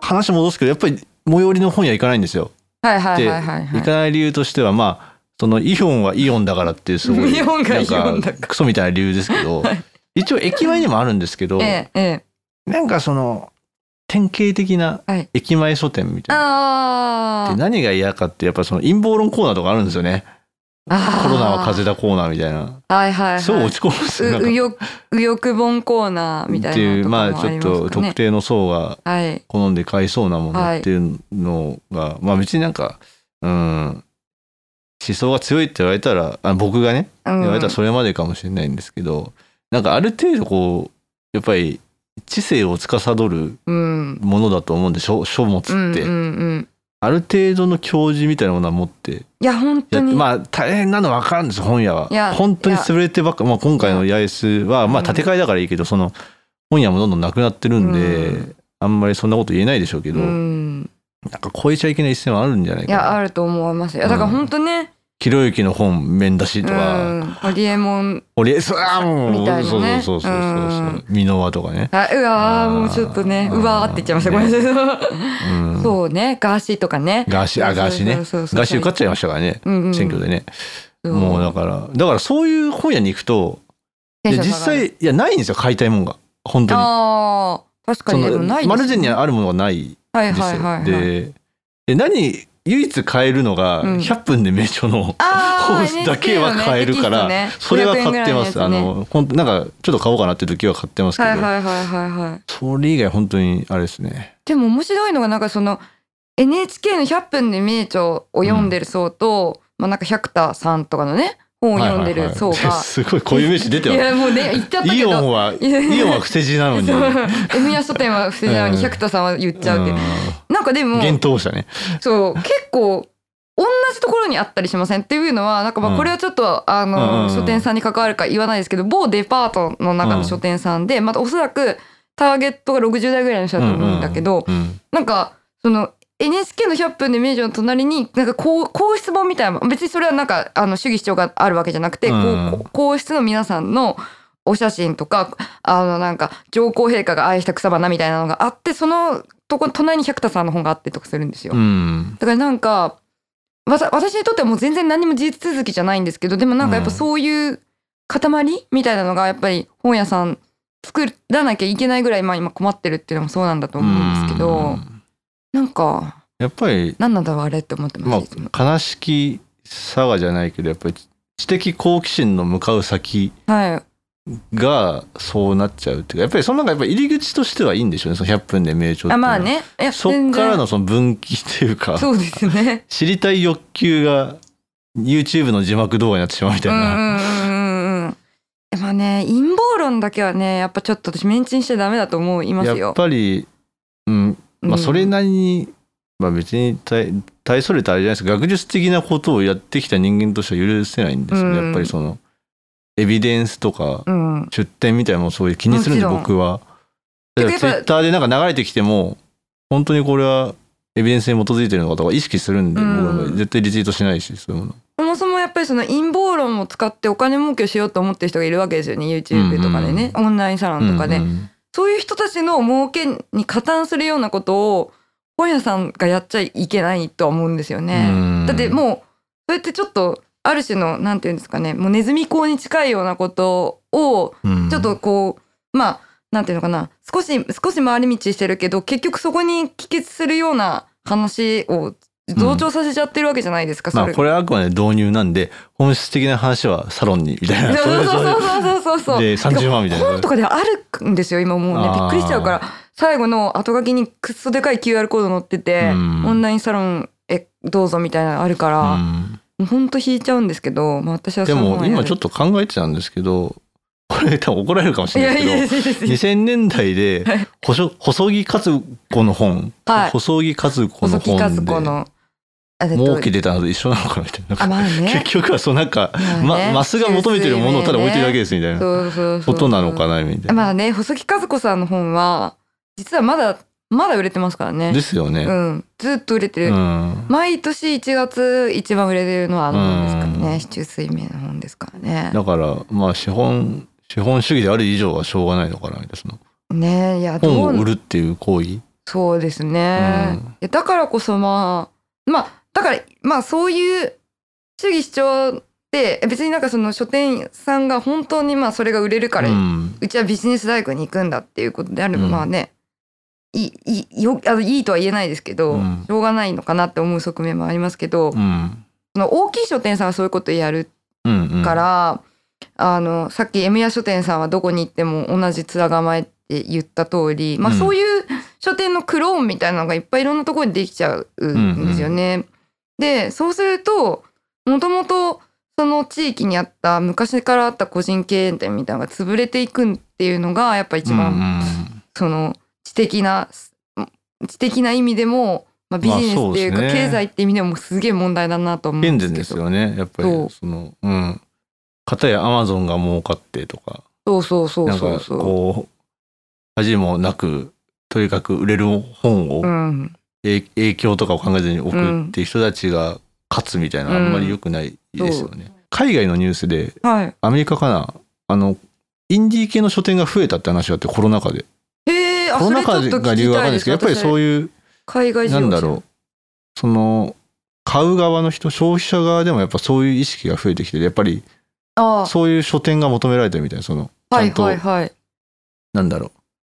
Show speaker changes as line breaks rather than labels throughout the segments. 話戻すけど、やっぱり最寄りの本屋行かないんですよ。
はいはい
で、
はいはいは
行かない理由としては、まあ、そのイオンはイオンだからっていうすごい、
イオンがイオンだから
なんかクソみたいな理由ですけど、一応駅前にもあるんですけど
い。、ええええ。
なんかその、典型的な
はい
駅前書店みたいな。
あ
で
ー
何が嫌かってやっぱその陰謀論コーナーとかあるんですよね
あー。
コロナは風邪だコーナーみたいな
はいはいはい。
すごい落ち込むんですよなん
う
か
右翼右翼本コーナーみた
っ
い
てい
な
う
と
まあ
かも
ちょ
あり
っ
ます
と
かね。
特定の層が
はい。
好んで買いそうなものっていうのが、まあ別になんかうん思想が強いって言われたらあ僕がね
うん
言われたらそれまでかもしれないんですけど、なんかある程度こうやっぱり知性を司る
うん。
ものだと思うんで書書物って、
うんうんうん。
ある程度の教授みたいなものは持って
いや本
や
当
って
に。
まあ大変なの分かるんです本屋はい
や
本当に潰れてばっか、まあ、今回の八重洲はまあ
うん
建て替えだからいいけど、その本屋もどんどんなくなってるんで、
う
あんまりそんなこと言えないでしょうけ
う
ど、な
ん。
んか超えちゃいけない一線はあるんじゃない
い
か
や
な
あると思いますよ。いやだから本当ね。
ひろゆきの本面出し
う
とか、
ん。ホリエモン。
俺そあもう
みたい
そ
な
うそうそう
ね
そうそうそう
うん
箕輪とかね、
あうわ
あー
ーもうちょっとね
あー
うわーって言っちゃいましたごめんなさい。
うん、
そうねガーシーとかね。
ガーシーあガーシーね
そうそうそう
ガーシー受かっちゃいましたからね、
うんうん
選挙でね、
そう
もうだからだからそういう本屋に行くといや
テンシ
実
ョン下がる
際いやないんですよ買いたいもんが本当に
ああ確か
そ
に
の
でもないですね
マルジェンにあるものがないん
は
で
い
すよ、
はいはいはい。
でで何唯一買えるのが
うん
100分で名著の、
あ
本
ー NHK
だけは買えるから、
のねテキス
そ
トね
れは買ってます、
500
あ
円ぐらいのや
の本当なんかちょっと買おうかなって時は買ってます
つ
け
ね
ど、
はいはいはいはいはい。
それ以外本当にあれですね
でも面白いのがなんかその NHK の「100分で名著」を読んでる層と、まあなんか百田さんとかのね本を読ん
は
で
い
る
はい
層
はい
が、
すごいこういう名詞出て
い
ま
やもうね言っちゃ
す
ったけど
イオン はイ
いや
オンは伏せ字なのに
そう M や書店は伏せなの
う
に
ん
百田さんは言っちゃうけど、
う
なんかで
ん
も
厳冬者ね
そう結構同じところにあったりしませんっていうのはなんかま
うん
あこれはちょっと、あ
うんうん
の、
うん
書店さんに関わるか言わないですけど某デパートの中の書店さんで、またおそらくターゲットが60代ぐらいの人だと思うんだけど、
うんうん
なんかその NHK の「100分で名著」の隣になんかこう皇室本みたいな別にそれはなんかあの主義主張があるわけじゃなくて、こ
うん
うこう皇室の皆さんのお写真とかあのなんか上皇陛下が愛した草花みたいなのがあってそのとこ隣に百田さんの本があってとかするんですよ。
うん
だからなんかわた私にとってはもう全然何も事実続きじゃないんですけどでもなんかやっぱそういう塊みたいなのがやっぱり本屋さん作らなきゃいけないぐらいまあ今困ってるっていうのもそうなんだと思うんですけど。
うん
なんか
やっぱり
何なんだろうあれって思って
ま
ま
あ
す、いつも
悲しきさがじゃないけどやっぱり知的好奇心の向かう先
はい
がそうなっちゃうっていうかやっぱりその中やっぱ入り口としてはいいんでしょうねその100分で名著っていうのは
あまあねいや
そっ
全然
からのその分岐っていうか
そうですね
知りたい欲求が YouTube の字幕動画になってしまうみた
う
い
んう
な、
んうんうんうんまあね陰謀論だけはねやっぱちょっと私メンチンしちゃダメだと思います
やっ
よ
ぱり、うんまあ、それなりに、まあ、別に大大それたあれじゃないですか学術的なことをやってきた人間としては許せないんですよね、
うん
やっぱりそのエビデンスとか
うん、うん
出典みたいなのもそういう気にするんです
もちろ
僕
ん
は。だから
てかやっぱ
Twitter でなんか流れてきても本当にこれはエビデンスに基づいてるのかとか意識するんで、
うん
僕は絶対リツイートしないしそういうもの。
そもそもやっぱりその陰謀論を使ってお金儲けをしようと思ってる人がいるわけですよね YouTube とかでね、オンラインサロンとかで、
うんうん
そういう人たちの儲けに加担するようなことを本屋さんがやっちゃいけないとは思うんですよね。
うん
だってもうそれってちょっとある種のなんていうんですかねもうネズミ講に近いようなことを
うん
ちょっとこう、まあなんていうのかな少し少し回り道してるけど結局そこに帰結するような話を同調させちゃってるわけじゃないですか、
ま
そ
あ
れ
これはあくまで導入なんで本質的な話はサロンにみ たいな。
そうそうそうそうそうそうそう
で30万みたいな
本とかであるんですよ今もうね
あー
びっくりしちゃうから最後の後書きにくっそでかい QR コード載ってて
うん
オンラインサロンへどうぞみたいなのあるから、も
うん
うほんと引いちゃうんですけど、まあ、私は
でも今ちょっ
と
と考えてたんですけどこれ多分怒られるかもし
い
れな
や
い
いやいや
です
いやい
けど
や
2000年代で
はい
細細木和子の本、
はい
細木和子の
細木和
本で
子のあ れ
儲けてたのと一緒なのかなみたいな
あまあね
結局はそうなんか、
まあ
ま
ね
マスが求めてるものをただ置いてるだけですみたいな
そうそうそ
こ
う
となのかなみたいな。
まあね細木和子さんの本は実はまだまだ売れてますからね
ですよ
う
ね。
んずっと売れてる、
うん
毎年1月一番売れてるのはあの本ですから
う
ね
ん
市中水明の本ですからね
だからまあ資本資本主義である以上はしょうがないのかなみたいなその
ねえいやど
本
う
を売るっていう行為
そうですね
うん、
えだからこそまあまあだからまあそういう主義主張ってえ別になんかその書店さんが本当にまあそれが売れるから、う
うん
ちはビジネス大学に行くんだっていうことであれば、
うん
まあねいいいよあのいいとは言えないですけど、
うん
しょうがないのかなって思う側面もありますけど、
うん
その大きい書店さんはそういうことやる
うんうん
から、あのさっき M や書店さんはどこに行っても同じ面構えって言った通り、まあ、
うん
そういう書店のクローンみたいなのがいっぱいいろんなところにできちゃうんですよね。でそうするともともとその地域にあった昔からあった個人経営店みたいなのが潰れていくっていうのがやっぱ一番、その知的な知的な意味でも、まあ、ビジネスっていうか
まあそうですね
経済って意味でもすげえ問題だなと思うん
うんうん、
です
健
けど。
全ですよねやっぱり
そう
そのうん片やアマゾンが儲かってとか
そうそうそう
なん
そ
か
うそう。
こう恥もなくとにかく売れる本を、
うん
え影響とかを考えずに送っていう人たちが勝つみたいな、
うん
あんまり良くないですよね。海外のニュースで
はい。
アメリカかなあのインディー系の書店が増えたって話があってコロナ禍で
へえ、あ
コロナ禍が理由わかんないですけどやっぱりそう
いう
いう
海外
なんだろうその買う側の人消費者側でもやっぱそういう意識が増えてきててやっぱり
う。あ
そういう書店が求められてるみたいなそのち
あ、は
ゃ
い
んと、
はいはい。
なんだろう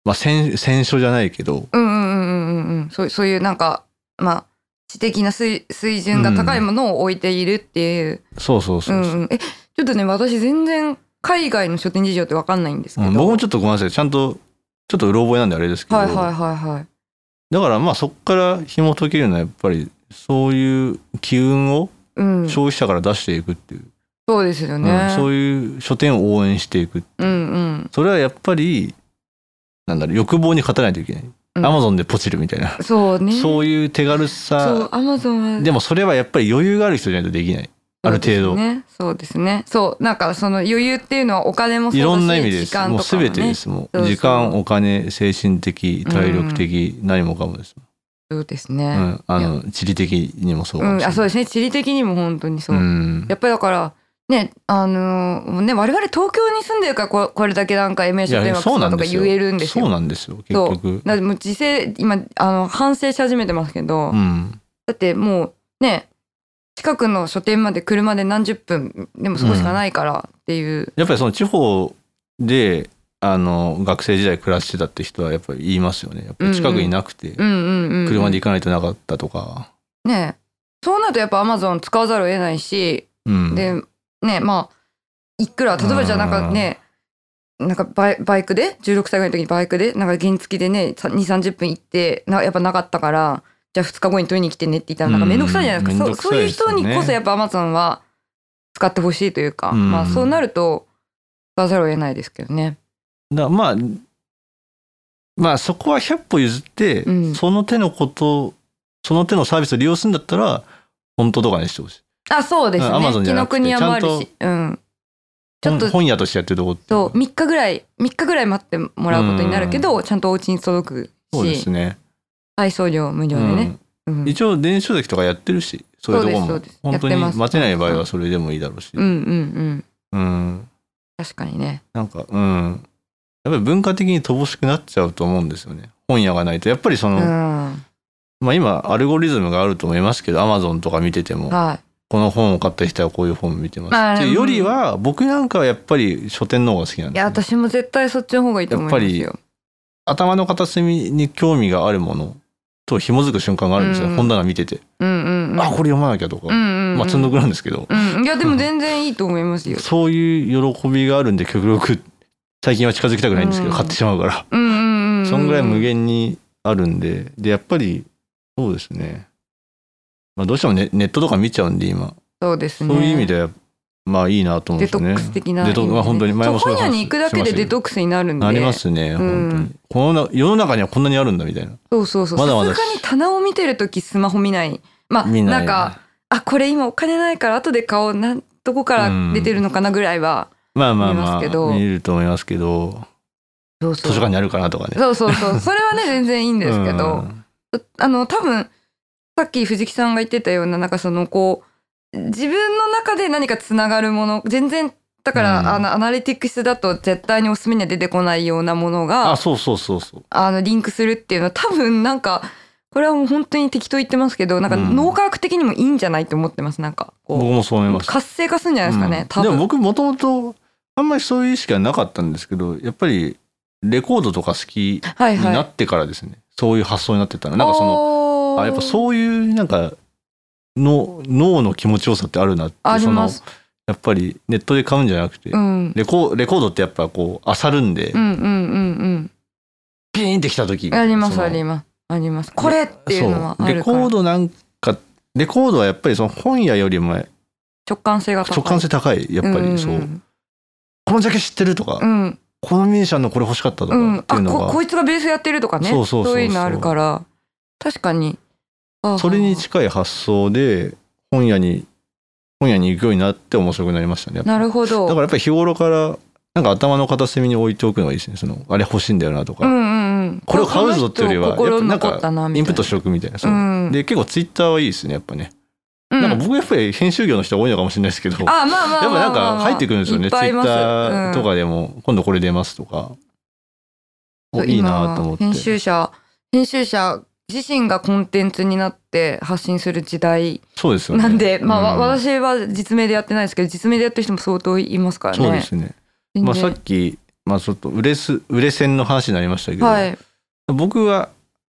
まあ選選書じゃないけど
うんうんうんうんうんうん。そうそういうなんかまあ知的な水水準が高いものを置いているっていう。
そうそう
う
そ
ん
う
う
そう、
ん。え、ちょっとね、私全然海外の書店事情ってわかんないんですけ
う
ど。
ん僕もちょっとごめんなさいちゃんとちょっとうろ覚えなんであれですけど、
はいはいはいはい。
だからまあそこから紐解けるのはやっぱりそういう機運を
うん。
消費者から出していくっていう、
そうですよ
う
ね
ん。そういう書店を応援していく
うんうん。
それはやっぱりなんだろう欲望に勝たないといけない、
うん
アマゾンでポチるみたいな、
そうね。
そういう手軽
そう
さ、
アマゾンは
でもそれはやっぱり余裕がある人じゃないとできないある程度、
そうですね。そうですね。そう、なんかその余裕っていうのはお金もそう
い
だし、
ろんな意味です、
時間
もう
とかも
全て
ね
で。すも
そう
う
そう
時間お金精神的体力的、何もかもです、
そうです
う
ね。
ん、あの地理的にもそう
う
かも
ん、
しれない、
あ、そうですね。地理的にも本当にそう。
うん
やっぱりだから、ね、あのーね、我々東京に住んでるからこ、これだけなんか MA
い
書
や
店はクソだとか言えるんです
そ
よ
う。なんですよ結
そう
局
だってもう時勢、今、あの、反省し始めてますけど、
うん
だってもう、ね、近くの書店まで車で何十分でもそこしかないからっていう、
やっぱりその地方であの学生時代暮らしてたって人はやっぱり言いますよねやっぱり近くになくて、
うん、うんうんうん。
車で行かないとなかったとか、
ねそうなるとやっぱアマゾン使わざるを得ないし、
うん、
でねまあいくら例えばじゃあなんかね、なんかバイバイクで16歳ぐらいの時にバイクでなんか原付でね2 3 0分行ってなやっぱなかったからじゃあ2日後に取りに来てねって言ったらなんか面倒くさいじゃないですか、
うん
そそういう人にこそやっぱアマゾンは使ってほしいというか、
うん
まあそうなると使わざるを得ないですけどね。
だまあまあそこは100歩譲って、
うん
その手のことその手のサービスを利用するんだったら本当とかにしてほしい
あそうですね。
うん Amazon じ
紀
ゃ
の
なくて
国屋もあるし、うん、ちょっと
本本屋としてやってるとこって
そう3日ぐらい3日ぐらい待ってもらうことになるけど、ちゃんとお家に届く
そうで
し
すね
配送料無料でね、うん
うん一応電子書籍とかやってるしそういうとこ
そ
も
うですそうで
本
す
当
や
に
ってます
待てない場合はそれでもいいだろうし、
うんうんうん
うん、
確かにね
なんか、うん。やっぱり文化的に乏しくなっちゃうと思うんですよね。本屋がないと。やっぱりそうの、
ん
まあ今、アルゴリズムがあると思いますけど、Amazon とか見てても、
は
この本を買った人はこういう本見てます。
まあ
っていうよりは、僕なんかはやっぱり書店の方が好きなん
いい
です
や
よ、
私も絶対そっちの方がいいと思います
や
よ
頭の片隅に興味があるものと紐づく瞬間があるんですよ。
うん
本棚見てて。
うんうんうん
あ、これ読まなきゃとか。
うんうんうん
まあ、積んどくなんですけど、
うんいやでも全然いいと思いま すよ
そういう喜びがあるんで、極力、最近は近づきたくないんですけど、
うん
買ってしまうから。
うんうんうん、うん、
そんぐらい無限にあるんで、で、やっぱり、そうですね。まあ、どうしてもネネットとか見ちゃうんで、今。
そうです
そう
ね
いう意味では、まあいいなと思うん
デ
です
ト
よね。
ックス的な
デトックまあ本当に前もそ
そう
ういう話
本屋に行くだけでデトックスになるんで
ありますね、
ん
本当に。このな世の中にはこんなにあるんだみたいな。
そうそうそう
まだま
さ
だ
すがに棚を見てるときスマホ見ないまあ
見ない
なんかあこれ今お金ないから後で買おうなんどこから出てるのかなぐらいは、
まあまあ
見ま
ます
け
あ、
ど
見ると思いますけど、
そう
図書館にあるかなとかね。
そうそうそうそれはね全然いいんですけど、あの多分さっき藤木さんが言ってたようななんかそのこう自分の中で何かつながるもの全然だから、
うん
あのアナリティクスだと絶対におすすめには出てこないようなものが
あそうそうそうそう
あのリンクするっていうのは多分なんかこれはもう本当に適当言ってますけどなんか
うん
脳科学的にもいいんじゃないと思ってますなんか
僕
こ
もそう思いうました
活性化するんじゃないですかね、
うん
多
で
分
も僕もともとあんまりそういう意識はなかったんですけどやっぱりレコードとか好き
はい
に
はい
なってからですね、そういう発想になってったのなんかその
の
あやっぱそういうなんかの脳の気持ちよさってあるなって
あり
その
ます
やっぱりネットで買うんじゃなくて、
うん
レコレコードってやっぱこう漁るんで、
うんうんうん
ピーンってきた時
うんあります
その
ありますありますこれっていうのは
そう
あ
レ
るか
コ
ら
ードなんかレコードはやっぱりその本屋よりも
直感性が高い
直感性高いやっぱりそう、
うん
このジャケ知ってるとか、
うん、うん
このミュージシャンのこれ欲しかったと
う
か
ん、
ってい
あ
うのが、
ここいつがベースやってるとかね
そうそうそうそう
いうのあるから確かにあ
それに近い発想で本屋に本屋に行くようになって面白くなりましたねやっぱ
なるほど
だからやっぱり日頃からなんか頭の片隅に置いておくのがいいですねそのあれ欲しいんだよなと
う
か、
んうんうん、
これを買うぞっていうよりは
この人心に
やっぱ
残ったなみたいな
インプットしておくみたいなそう、
うん
で結構ツイッターはいいですねやっぱね、
うん
なんか僕やっぱり編集業の人が多いのかもしれないですけどやっ
あまあまあまあ
ぱなんか入ってくるんですよね
ツ
ツイ
イ
ッターとかでも、今度これ出ますとかおいいなと思って
編集者編集者自身がコンテンツになって発信する時代
そうですよね
なんで、まあ、
うん
わ私は実名でやってないですけど実名でやってる人も相当いますからね。
そうですね
全然
まあ、さっき、まあ、ちょっと売れす売れ線の話になりましたけど、
はい、
僕は、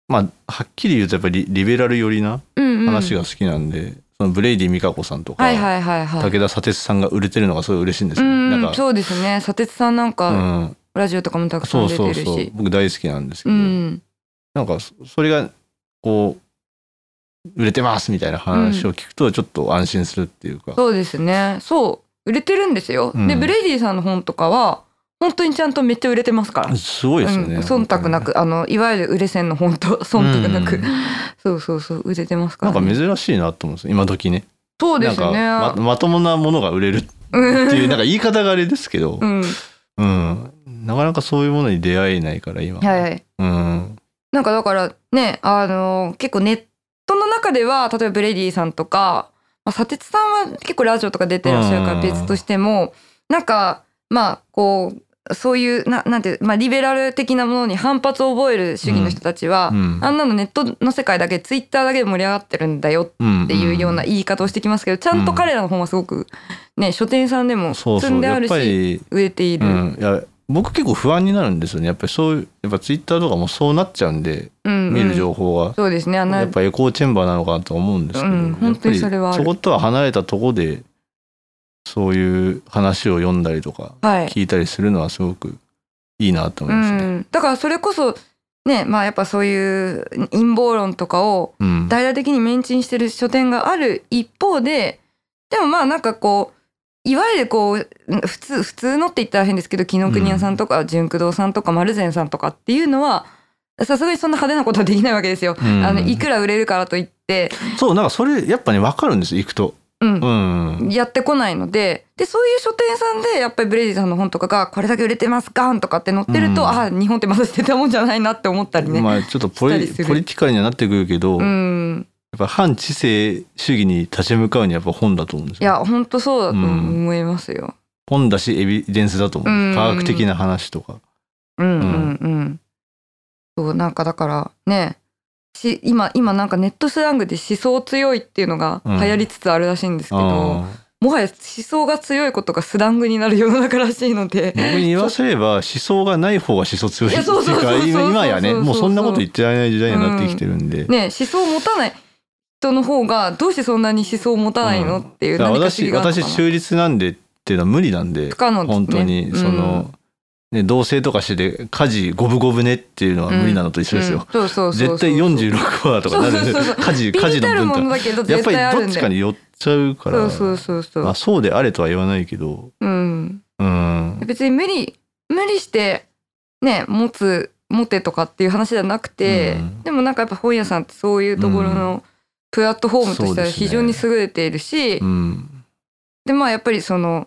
まあ、はっきり言うとやっぱりリリベラル寄りな
うんうん、
話が好きなんで、そのブレイディ・ミカコさんとか、
はいはいはいはい。
武田砂鉄さんが売れてるのがすごい嬉しいんです
う
よ、
ん
な
うんん
か
そうですね砂鉄さんなんか、
うん、
ラジオとかもたくさ
そ
ん
う
出
そ
て
う
るし
そう僕大好きなんですけ
う
ど、
ん
なんかそそれがこう売れてますみたいな話を聞くとちょっと安心するっていうか、
そうですねそう売れてるんですよ、
うん
でブレイディさんの本とかは本当にちゃんとめっちゃ売れてますから
すごいですよね、
うん、忖度なくあのいわゆる売れ線の本当忖度なく、
うん
そうそうそう売れてますか
な
ら
ん
ね、
か珍しいなと思うんですよ今時ね
そうで
なん
す
か
ね、
ままともなものが売れるっていうなんか言い方があれですけど、
うん
うん、なかなかそういうものに出会えないから今、
はいはい
うん、
なんかだからねあの結構ネットの中では例えばブレディさんとか、まあ、砂鉄さんは結構ラジオとか出てらっしゃるから別としてもなんかまあこうそういうななんていう、まあ、リベラル的なものに反発を覚える主義の人たちは、
うん
あんなのネットの世界だけツイッターだけで盛り上がってるんだよっ
うん
っていうような言い方をしてきますけどちゃんと彼らの本はすごくね書店さんでも
そう
積
そ
ん
う
であ
やっ
る
ぱ
し
り、
植えていうる。うん
ん、いや僕結構不安になるんですよねやっぱりそういうやっぱツイッターとかもそうなっちゃうんで、
うん
見る情報が、
そうですねあんな
やっぱエコーチェンバーなのかなと思うんですけど、
うん本当にそれはあ
や
る
っぱりそことは離れたとこでそういう話を読んだりとか
はい
聞いたりするのはすごくいいなと思
う
いますね。
ん、だからそれこそねまあやっぱそういう陰謀論とかを
うん
大々的にメンチンしてる書店がある一方ででもまあなんかこういわゆるこう普通普通のって言ったら変ですけど紀ノ国屋さんとか純駆動さんとか丸善さんとかっていうのはさすがにそんな派手なことはできないわけですよ。
うん
あのいくら売れるからといって、
そうなんかそれやっぱね分かるんです行くと。
うん
うん、
やってこないのででそういう書店さんでやっぱりブレイディさんの本とかがこれだけ売れてますガンとかって載ってると、
うん
ああ日本ってまだ捨てたもんじゃないなって思ったりね。
まあちょっとポリ
したりする
ポリティカルにはなってくるけど、
う
やっ
ん、
ぱ反知性主義に立ち向かうにはやっぱ本だと思うんです
い
よ。
や本当そうだと思いますよ。
本だしエビデンスだと思うんです、
うん
科学的な話とか。
うんうんうん。そうなんかだからねし今今なんかネットスラングで思想強いっていうのが流行りつつあるらしいんですけど、
ああ
もはや思想が強いことがスラングになる世の中らしいので。
僕に言わせれば思想がない方が思想強いって
いやそうそう
いう
そう
か
そうそう
今
そう
今やね
そうそう
もうそんなこと言ってられない時代になってきてるんで、
ね思想を持たない人の方がどうしてそんなに思想を持たないの、
うん
っていう
だから
何か不
私
思議があるのか
私
な
中立なんでっていうのは無理なんで
不可能ですね
本当にその、ね、同棲とかしてて家事五分五分ねっていうのは無理なのと一緒ですよ。
うんそうそうそうそう
絶対46%とかなるんで
そうそうそう
家事
微
家事
々たる
の
も
分
の
担
だけど
やっ
絶
ぱり
対あ
ど
る
っ
ん
ち
だ
か
よ
に寄っちゃうから
そうそうそうそう、
まあ、そうであれとは言わないけど
うん
うん
別に無理無理してね持つ持てとかっていう話じゃなくて、
うん
でもなんかやっぱ本屋さんってそういうところのプラットフォームとしては非常に優れているし、
うん
でまあやっぱりその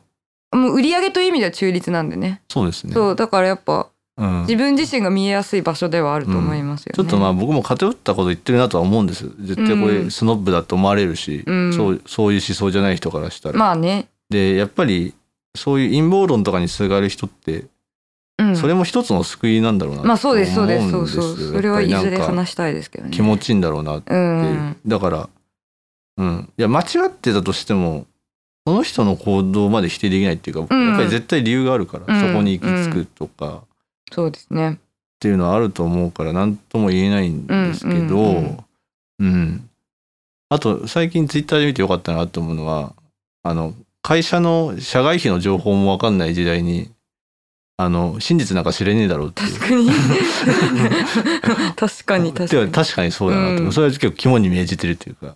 もう売り上げという意味では中立なんでね
そうですね
そうだからやっぱ
うん、
自分自身が見えやすい場所ではあると思いますよね。
ちょっとまあ僕も偏ったこと言ってるなとは思うんです絶対こ
う
れ
ん
スノブだと思われるし、
うん
そうそういう思想じゃない人からしたら、
まあね。
でやっぱりそういう陰謀論とかにすがる人って、
うん、
それも一つの救いなんだろうな
まあそうですそうですそうそ
思ん
う
ですよ
それはいずれ
やっぱりなんか
話したいですけどね
気持ちいいんだろうなって
う
いうんだからうんいや間違ってたとしてもその人の行動まで否定できないっていうか、
うん
やっぱり絶対理由があるから、
うん
そこに行き着くとかっ
そうですね
ていうのはあると思うから何とも言えないんですけど、
う
うんん
うんうん
あと最近ツイッターで見てよかったなと思うのはあの会社の社外費の情報も分かんない時代にあの真実なんか知れねえだろうっていう
確か に確かに確かに
では確かにそうだなと思う、
うん
それは結構肝に銘じてるっていうか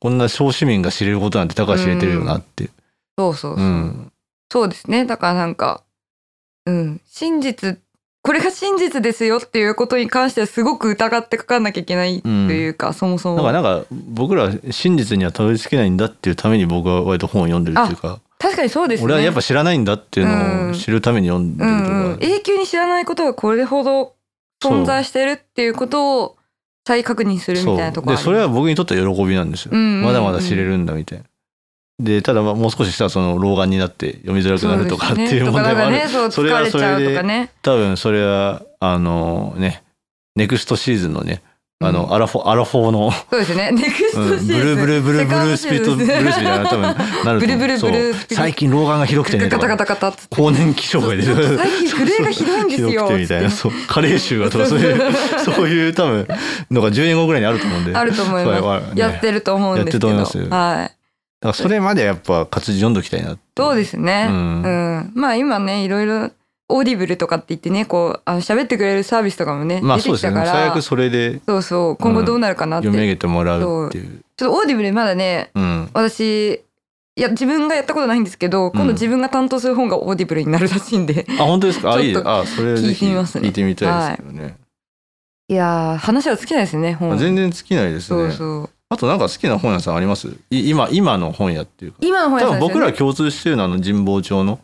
こんな小市民が知れることなんてたかが知れてるよなって
そうそう
う
そう、
ん
そうですねだからなんかうん真実これが真実ですよっていうことに関してはすごく疑ってかかんなきゃいけないというか、そもそ
だ
も
からなんか僕らは真実にはたどり着けないんだっていうために僕は割と本を読んでるっていうか、
確かにそうですね
俺はやっぱ知らないんだっていうのを知るために読んで
う
るとか、
んうん、永久に知らないことがこれほど存在してるっていうことを再確認するみたいなと
そう
ころ
でそれは僕にとっては喜びなんですよ、
うんうんうん
まだまだ知れるんだみたいな。でただまあもう少ししたらその老眼になって読みづらくなるとかっていう問題もある
そうですねと
そ
か
れ
なんかね、そう疲
は
れちゃうとかね
多分それはあのねネクストシーズンのねあの、
うん
アラフォアラフォーの、
そうですねネクス
うん
トシーズン、
ブルーブルーブルーブルースピリットブルースみたいな多分なると思う
ブルーブルーブルー
そ
スピリット
う最近老眼がひ どくてね
ガ
と
タガ
か
タガタっつって
更年期障害で
ちょっと最近フレーがひどいん ですよ
ひどくてみたいなそう加齢臭がとか
そ
そうう
そう
いう そういう多分のが10年後ぐらいにあると思うんで
あると思い
そう
ま
は
す、
ね
やってると思うんですけど
やってると思いま
はい
だからそれまでやっぱ活字読んどきたいなって
そうですね、
う
うん
ん
まあ今ねいろいろオーディブルとかって言ってねこうあの喋ってくれるサービスとかもね、
まあ
出て
そうで
き
す
た
ね
から
最悪それで
そうそう今後どうなるかなって、
読み上
ちょっ
げてもらうっていう
とオーディブルまだね
うん
私いや自分がやったことないんですけど今
うん
度自分が担当する本がオーディブルになるらしいんで、
あ本当ですかあいい
ちょっと
あそれぜひ
聞いてみますね
聞いてみたいですよね
いやー話は尽きないですね
ま
本
あ全然尽きないですね
そうそう
あとなんか好きな本屋さんありますい今今の本屋っていうか
今の本
多
屋さん
分
ですよね
僕ら共通してるのはあの神保町の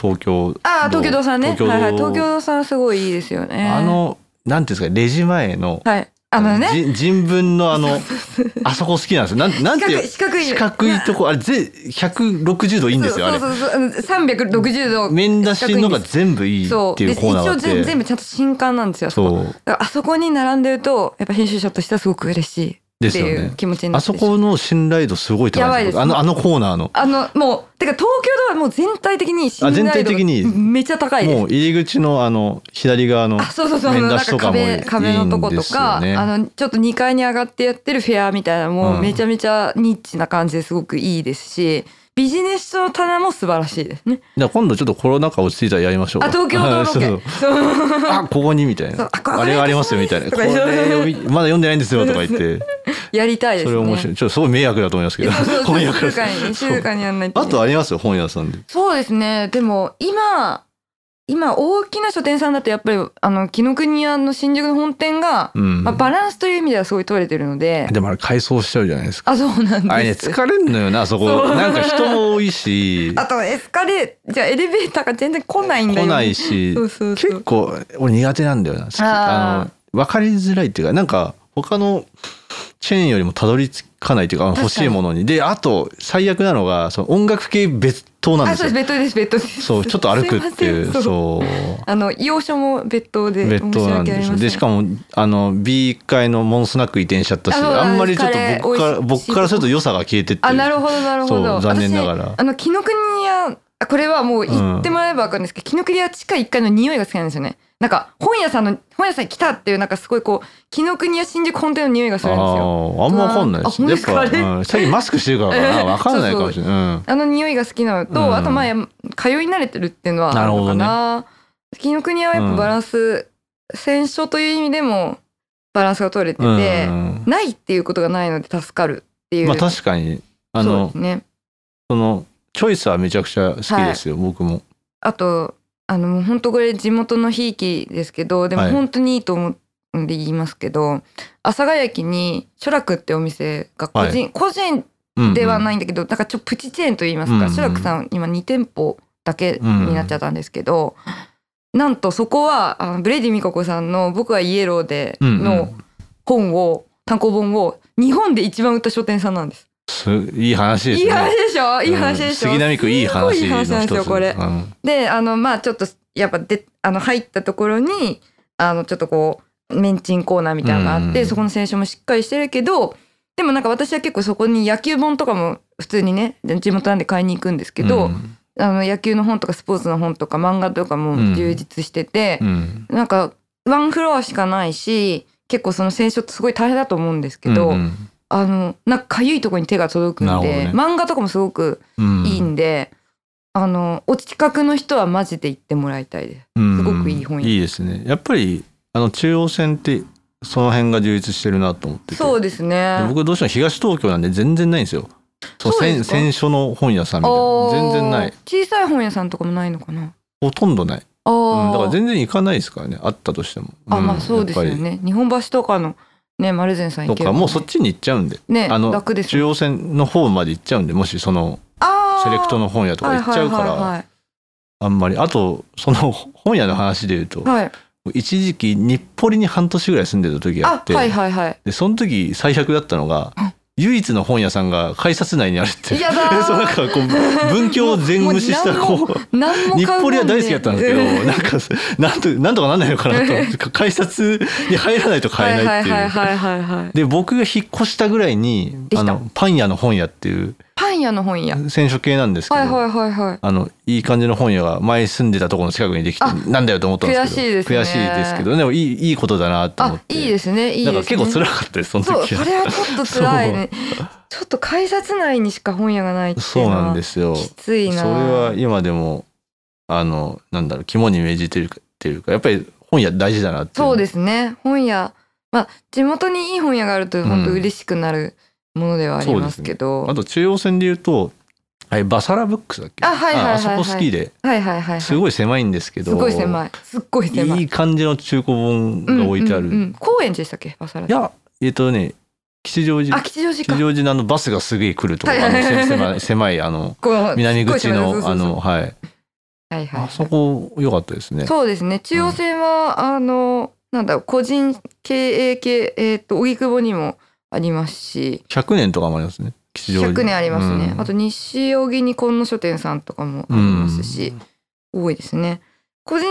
東京
ああ東京堂さんね
東京堂
はいはい、東京堂さんすごいいいですよね
あのなんていうんですかレジ前の
はいあのね
じ人文のあのあそこ好きなんですよなんなん
四
てい
角いう四角い
四角いとこあれぜ160度いいんですよあれ
そうそうそうそう360度
面出しのが全部いいっ
そう
てい
で
うコーナー
一
があ
応
っ
全全
て
部ちゃんと新刊なんですよう
そう
あそこに並んでるとやっぱ編集者としてはすごく嬉しい
です
って
よ
いう
ね
気持ちにな
あ
って
そ
しまう
この信頼度すごい
や
高
ば
い
い
で
です
僕
す
あのあのコーナーの
あのもうてか東京ドはもう全体的に信
あ全
頼
体
度
的に
がめちゃ高いです
もう入り口のあの左側の
あそうそうそうあの
面
なん
出し
か
とかもいい
壁壁のと
い
こ
いんで
と
す
か
よね
あのちょっと2階に上がってやってるフェアみたいなのも
うん
めちゃめちゃニッチな感じですごくいいですし、ビジネス書の棚も素晴らしいですね。
じゃあ今度ちょっとコロナ禍落ち着いたらやりましょう
あ東京ドームロケ
そう
そう
そうあここにみたい
そう
な
あここに
あれがありますよみたいな
と
こ
か
れ
言って
読みまだ読んでないんですよとか言って
やりたいです
そ
ね。
れ面白
い。
いちょっとすごい迷惑だと思いますけど
そうそう
本
そう
屋か
静からに静かにやんないと
あ
いけな
と
い。
ありますよ本屋さんで
そうですねでも今今大きな書店さんだとやっぱりあの紀ノ国屋の新宿の本店が、
うん
まあ、バランスという意味ではすごい取れてるので
でもあれ改装しちゃうじゃないですか
あそうなんです
あれね疲れんのよなあそこ
そう
なんか人も多いし
あとエスカレーじゃあエレベーターが全然来ないんだよ
来ないし
そうそうそう
結構俺苦手なんだよな好き
あー
あの分かりづらいっていうかなんか他のチェーンよりもたどり着かないっていうかあの
確かに
欲しいものにであと最悪なのがその音楽系別途なん
あ
です
そう
よ
ですベッドですベッドです
そうちょっと歩くっていう
すませんそ
そ
う
う
あの要所も別途で
別途なんですよでしか
も
もあの B 階のモンスナック移転しちゃったし
あそう
あ
なんです
んまりちょっと
カレー
僕から
美味しい
僕からすると良さが消えてって
あなるほどなるほ
そ
ど
う残念ながら
私あの紀ノ国屋あこれはもう言ってもらえば分かるんですけど紀ノ国屋地下1階の匂いが好きなんですよねなんか本屋さんの本屋さんに来たっていうなんかすごいこう紀ノ国屋新宿本店の匂いがす
あ
るんですよ
ーあんま分かんないです
あ
ね
ほんと
や
で
っ
すか
ぱ、うん、最近マスクしてるからか な分かんないかもしれない、うん、
あの匂いが好きなのと、
うん
あと前通い慣れてるっていうのはあるのかな紀ノ国屋はやっぱバランス、戦書という意味でもバランスが取れて
うん
て、ないっていうことがないので助かるっていう、
まあ確かにあ
そう
の
ですね
そのチョイスはめちゃくちゃ好きですよ、僕も
あとあのもう本当これ地元のひいきですけどでも
はい
本当にいいと思うんで言いますけど、阿佐ヶ谷駅に書楽ってお店が個人、個人ではないいんだけど、なんかちょっとプチチェーンと言いますか、
うんうん
シュラクさん今2店舗だけになっちゃったんですけど、なんとそこはあのブレディ・ミココさんの「僕はイエローで」の本を単行本を日本で一番売った書店さんなんです。
すいい話です
い
ね
い話でしょいい話
うん
でしょ、
杉並区いい
すご
話
いいい
の
話なん
一
ですよ
つ
これ
うん
であのまあちょっとやっぱであの入ったところにあのちょっとこうメンチンコーナーみたいなのがあっ
うんう
て、
ん
そこの選手もしっかりしてるけどでもなんか私は結構そこに野球本とかも普通にね地元なんで買いに行くんですけど、
うん
あの野球の本とかスポーツの本とか漫画とかも充実してて
う、ん
なんかワンフロアしかないし結構その選手ってすごい大変だと思うんですけど、
うん
あのなんか痒いところに手が届くん
なるほど
で、
ね
漫画とかもすごく
うん
いいんで、あのお近くの人はマジで行ってもらいたいです。
す
すごくいい本屋
いいですねやっぱりあの中央線ってその辺が充実してるなと思ってて
そうですね
で。僕どうしても東東京なんで全然ないんですよそう
そうです
選
か
選書の本屋さんみたい
おー
な全然ない
小さい本屋さんとかもないのかな。
ほとんどない、
あ
う
ー、
んだから全然行かないですからねあったとしても、
あ
ん
まあそうですよ
やっぱ
ね。日本橋とかのね丸善さん
り
行
と
けば
かもうそっちに行っちゃうんで
ね
あの
楽です
中央線の方まで行っちゃうんでもしその
あ
セレクト
の
の本屋とか行っちゃうからあんまりあとその本屋の話で言うと
はい。
一時期日暮里に半年ぐらい住んでた時があ
あ
って
はいはいはい。
でその時最悪だったのが唯一の本屋さんが改札内にあるって
やだー
そうなんかこう文教を全無視した
もうも
こう
何も
日
買うもん
暮里は大好きだったんですけ ど、
ね
なんかなんとなんとかなんないのかなと思って改札に入らないと買えないっていう。
はいはいはいはいはい はい。
で僕が引っ越したぐらいに
で
あ
きた
のパン屋の本屋っていう
パン屋の本屋。
選書系なんですけど、
はいはいはいはい。
あのいい感じの本屋が前住んでたところの近くにできて
あ
なんだよと思ったんですけど
悔しいですね
悔しいですけどでもいいいいことだなと思
あ
って
いいですねいいです
だ
ね。
から結構辛かったですその
そう
時
そ
は。
れはちょっと辛いね。ちょっと改札内にしか本屋がないっていう
そう
のは
なんですよ。
きついな。
それは今でもあのなんだろう肝に銘じてるかっていうかやっぱり本屋大事だなっていう
そうですすね本屋まあ地元にいい本屋があると本当嬉しくなるものではありますけど、
あと中央線で言うとあれバサラブックスだっけ
あはいはいはいはい
ああそこ好きで
はいはいはいはい
すごい狭いんですけど
すごい狭いすっごい狭い
いい感じの中古本
うん
が置いてある、
うんうん高円寺でしたっけバサラ
いやえっ、とね吉祥寺
あ吉祥寺
吉
か
祥寺のあのバスがすげえ来るとこ、
はいはい
あ の狭い狭いあの
こう
南口
すっごい狭いそ
の
うそうそう
あのはい
はいはい
あそこ良かったですね
そうですね中央線は、あのなんだろう個人経営系えーっと荻窪にもありますし
100年とかもありますね吉祥寺
100年ありますね、
うん
あと西荻に紺野書店さんとかもありますし、多いですね個人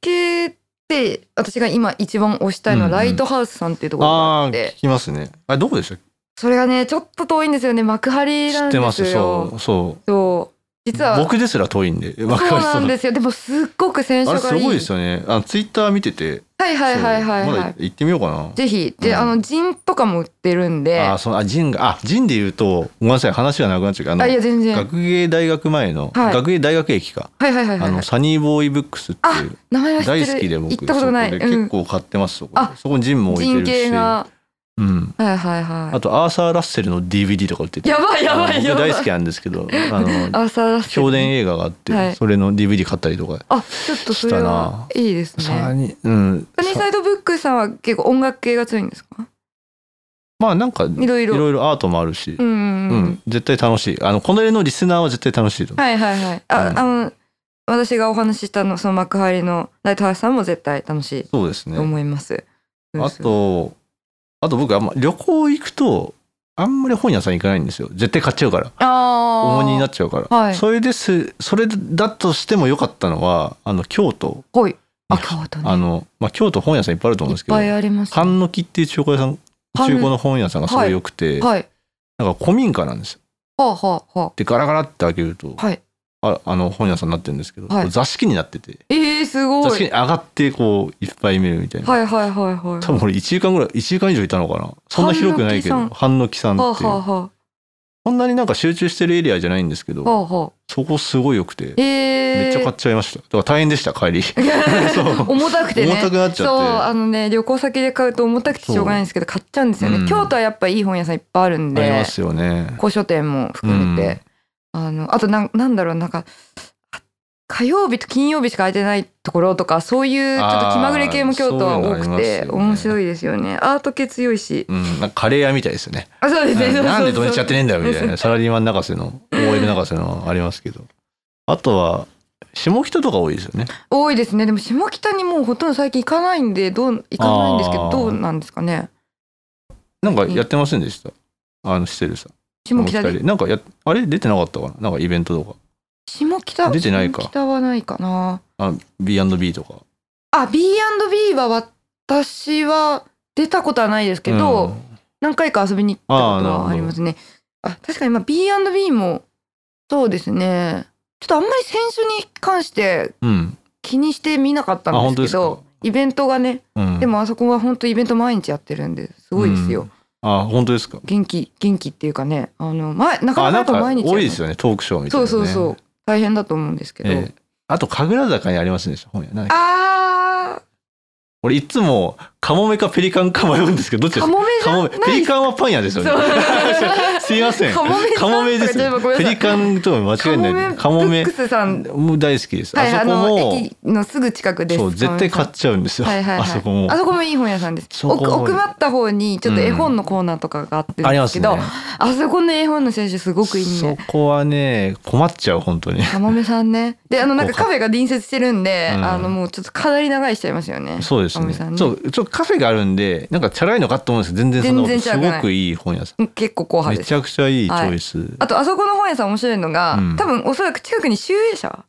系って私が今一番推したいのは
うんうん
ライトハウスさんっていうところが
あ
あ
あ
っ
ー
て、
聞きますねあれどこでしたっ
それがねちょっと遠いんですよね幕張
け知
なん
っ
です
て
よ
ますそうそう
そう実は
僕ですら遠いんでわ
そう
か
なん
る
ですよでもすっごく選
人あれ
書
す
がいい
ごいですよねあツイッター見てて
はいはいはいはい
そうま
は
だ
い
行ってみようかな
ぜひで、
うん
あの陣とかも売ってるんで
あー
あ
そのあジンがあジンで言うとごめんなさい話がなくなっちゃうけどあの
いや全然はい
学芸大学前の、
はい
学芸大学駅か、
はいはいはい
あ
は
の
い
サニーボーイブックスっていう
名前は知ってる
大好きで僕
行ったことない
そこで
う
結
ん
構買ってますそこで
あ
そこにジンも置いて
陣
るし
形が
うん、
はいはいはい
あとアーサー・ラッセルの DVD とか売ってて
やばいやば
あの
いや
僕
ばい
大好きなんですけどあの
朝だ
評伝映画があって、
はい
それの DVD 買ったりとか、
あちょっとそれはいいです
さら
ね
にうん
サニー
さ
サイドブックさんは結構音楽系が強いんですか
まあなんかい
いろいろ
ろいろアートもあるし、
うんうん
う
うん、
ん絶対楽しいあのこの絵のリスナーは絶対楽しいと思
はいはいはいあ、
うん
あの私がお話ししたのその幕張のライトハウスさんも絶対楽しいう
そうです
と
ね
思います、うん
あとあと僕あんま旅行行くとあんまり本屋さん行かないんですよ絶対買っちゃうから
あー
重荷になっちゃうから、
はい
それですそれだとしても良かったのはあの京都
はいあ
に
京都ね
あの、まあ、京都本屋さんいっぱいあると思うん
い
です
っ
けど
ぱいありますね
半の木っていう中古屋さん
半
中古の本屋さんがすごい良くて、
はい
なんか古民家なんですよ
はあはあは
でガラガラって開けると、
あはい
ああの本屋さんになってるんですけど、
はい
座敷になってて
えー、すご
座敷に
い
上がってこういっぱい見るみたいな、
はいはいはいはい
多分俺1週間ぐらい1週間以上いたのかなそんな広くないけど半の木さんっていう
はあはあは
そんなになんか集中してるエリアじゃないんですけ
あは
ど
あはあ
そこすごい良くて
えー、
めっちゃ買っちゃいましただから大変でした 帰り そう
重たくてね
重たくなっちゃって
そうあのね旅行先で買うと重たくてしょうがないんですけど買っちゃうんですよね、
うん
京都はやっぱいい本屋さんいっぱいあるん
ありま
です
よね
古書店も含めて、あのあとなんなんだろうなんかあ火曜日と金曜日しか空いてないところとかそういうちょっと気まぐれ系も京都は多
あーそういうの
く
あります
て、
よね
面白いですよねアート系強いし
うんなんかカレー屋みたいですよね
あ そうですね、そうそうそう
なんで土日やってねえんだよみたいなサラリーマン泣かせの OL 泣かせのありますけどあとは下北とか多いですよね
多いですねでも下北にもうほとんど最近行かないんでどう行かないんですけ
あ
ど
ー
どうなんですかね
なんかやってませんでしたあのしてるさ
下北
この二
で
人なんかやあれ出てなかったかななんかイベントとか
下北
出てないか
下北はないかな
あ B&B とか
あ B&B は私は出たことはないですけど、
うん
何回か遊びに行ったことはありますねあ確かにまあ B&B もそうですねちょっとあんまり選手に関して
うん、
気にして見なかったんですけ
あ本当
どイベントがね
うん、
でもあそこは本当イベント毎日やってるんですごいですよ、
うあ本当ですか
元気元気っていうかねあの前なか
あなん
なかやっぱ
か
毎日や
多
る
いですよねトークショーみたい
そ
な、
う
ね、
そうそう大変だと思うんですけど、
ええあと神楽坂にありますね本屋なんか
あ
俺いつもカモメかペリカンか迷うんですけどどっちで
ー
す
カ
か
モメじ
カモ
ゃ
メ
な
ペ
い
リカンはパン屋ですよね
そう
すいません
カモメさん
カモメです
ちょっとごめんな
ペ
さい
リカンとは間違いないカモメ
ブックスさん
もう大好きです、
はい
あ
あ
そこ
の
も
駅のすぐ近くです
そう絶対買っ
カモメさん
ちゃうんですよ、
はいはいはい、
あそこも
あそこもいい本屋さんです
そこ
奥
も
奥まった方にちょっと絵本のコーナーとかがあってる
あ
ん
りま
です
す
け
ね
ど、あそこの絵本の選手すごくいい
そ
ね
こはね困っちゃう本当に
かもめさんねであのなんかカフェが隣接してるんで、
うん
あのもうちょっとかなり長いしちゃいますよね
そうです
かも
ね
めさんね
そうちょっとカフェがあるんでなんかチャラいのかと思うんですけど全然そんなこと
全然
す
チャラく
ご
ない
くいい本屋さん
結構後派
め
で
ち
す
ゃくちゃいいチョイス、
あとあそこの本屋さん面白いのが、
うん
多分おそらく近くに集英社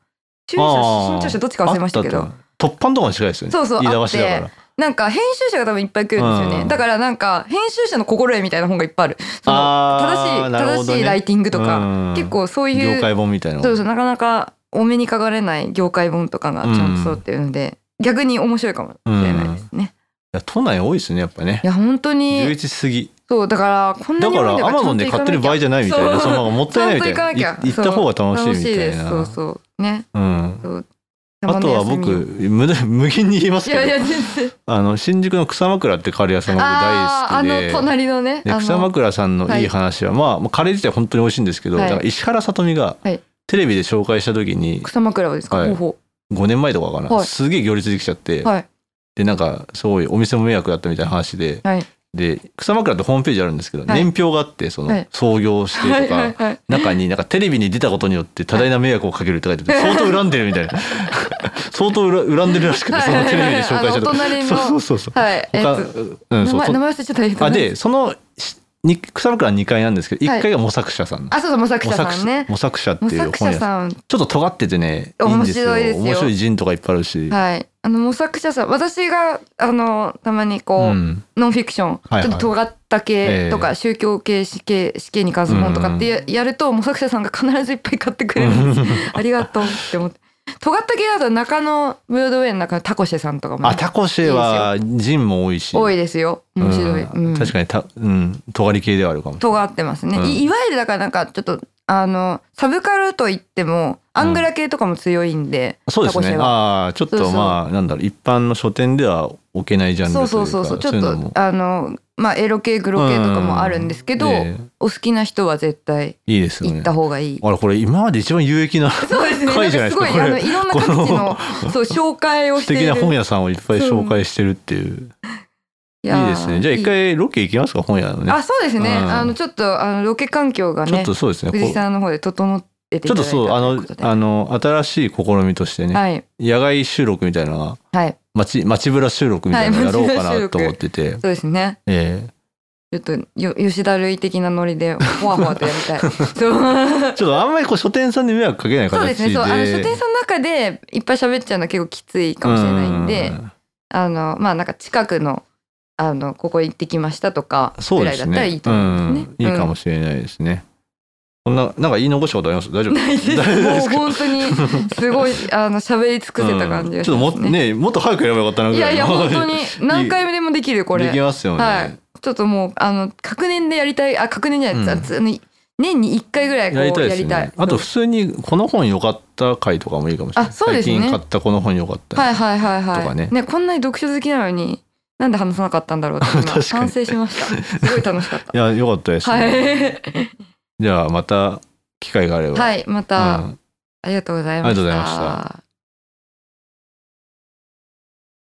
集英
あ
社
ー
新潮社どっちか忘れましたけ
あっ
ど
たと突版とかも近いですよね
そうそう
飯田橋だから
なんか編集者が多分いっぱい来るんですよね、
うん
だからなんか編集者の心得みたいな本がいっぱいあるその
あ
正し
ー
い、
なるほ
正
どね
しいライティングとか、
うん
結構そういう
業界本みたいな
そうそうなかなかお目にかかれない業界本とかがちゃんと揃ってるので、逆に面白いかもしれないですね。
いや都内多いですねやっぱね
いや本当
11
に
時過ぎ
そうだからこん
だ
なに
か
多いん
ら
だ
ア
から
マゾンで買ってる場合じゃないみたいな
ち
そ
ゃん
う
と
なんかもったいないみたいな
ちゃんと行かなきゃ
い行った方が楽しいみたいな
楽しいですそうそうね。
うん
そう
あとは僕無駄 無限に言います
い
けど
やいや全然
あの新宿の草枕ってカレー屋さんが
あ
僕
ー
大好きで
あの隣のね
で
あの
草枕さんのいい話は、まあまあカレー自体本当に美味しいんですけど、
はい
だから石原さとみが
はい
テレビで紹介した時に
草枕をですか、
はい
ほうほ
5年前とかかな、
はい
すげえ行列できちゃって、
うはい
でなんかすごいお店も迷惑だったみたいな話で
はい
で草枕ってホームページあるんですけど、
はい
年表があってその、
はい
創業してとか、
はいはいはい
中になんかテレビに出たことによって多大な迷惑をかけるって書いてて相当恨んでるみたいな 相当恨恨んでるらしくてそのテレビで紹介したと
あのお隣の
そうそうそうそう
はいえっ
他
と
うん
名
そう
前
そ
名前忘れちゃったけど
あでそのしに草枕は2階なんですけど
はい
1階が模索者さんなんです、
あそうそう模索
模
者
索
さんね
模索者って
模
いう
索
本
者
屋さん
さん
ちょっと尖っててねいいんですよ
面白いですよ
面白いジンとかいっぱいあるし、
はいあの模索者さん私があのたまにこう、
うん、
ノンフィクション、
はいはい
ちょっと尖った系とか、
ええ
宗教系死刑死刑に関する本とかってや,、ると模索者さんが必ずいっぱい買ってくれるんです ありがとうって思って尖った系だと中野ブロードウェイの中のタコシェさんとかもね、
あタコシェはジンも多いし
多いですよ面白い、
うん
うん
確かにた、うん、尖り系ではあるかもしれない
尖ってますね、
うん
いいわゆるだからなんかちょっとあのサブカルといってもアングラ系とかも強いんで、
そうです
タコシ
ね
ェは
ああちょっ
そう
と
そう
まあなんだろう一般の書店では置けないジャンルという
そう
か
そうそうそうちょっ
い
と
のも
あのまあエロ系グロ系とかもあるんですけど、
うんええ
お好きな人は絶対
いいですよ
行
ね
った方がいい、
あらこれ今まで一番有益な
そうですね。
回じゃないですか
んかすごいあ
こ
の
れ
いろんな各地のそう紹介をし
素
てい
敵
る。
な本屋さんをいっぱい紹介してるっていうい
やー
いですねじゃあ一回ロケ行きますか本屋の
いい
ね
あそうですね。
うん
あのちょっとあのロケ環境が
ちょっ
ね
とそうですね
藤井
こ
さんの方で整ってて
う
い
ちょ
た
っ
だ
とそ
いたという
うあの
ことで
あの新しい試みとしてね
はい
野外収録みたいなのが
はい
街街ぶら収録みたいなのやろうかなと思ってて、
そうですね。
え
ちょっとよ吉田類的なノリでほわほわとやり たい。そう
え。ちょっとあんまりこう書店さんで迷惑かけない
そう
形で
で
す
ね。そうあの書店さんの中でいっぱい喋っちゃうのは結構きついかもしれないんで
う、ん
あのまあなんか近くのあのここ行ってきましたとか
そ
ぐ
う
ら
で
いだ
す
ったら
ね。
いいと思うんですね。
いいか
うん
もしれないですね。こんな、なんか言い残したことあります大丈夫
ないです。
大丈夫ですか
もう本当にすごいあの喋り尽くせた感じ
うん
が
ち
し
ょ
ま
っ
す
とも、
ね。
ね、もっと早くやればよかったなぐ
い
ら
や
い。
いや本当に何回でもできるこれ。
できますよね。
はい。ちょっともうあの確年でやりたいあ確年じゃない
うん
です、あの年に一回ぐらいこう
や
や
り
り
た
た
い
い。
ですね。あと普通にこの本良かった回とかもいいかもしれない。
あそうですね
最近買ったこの本良かった。
はいはいはいはい。
とかね
こんなに読書好きなのになんで話さなかったんだろうって
確か
今
に
反省しました。すごい楽しかった。
いや良かったですね。
はい。
じゃあまた機会があれば。
はいまた、
うん
ありがとうございまし
ありがと
た。
うございました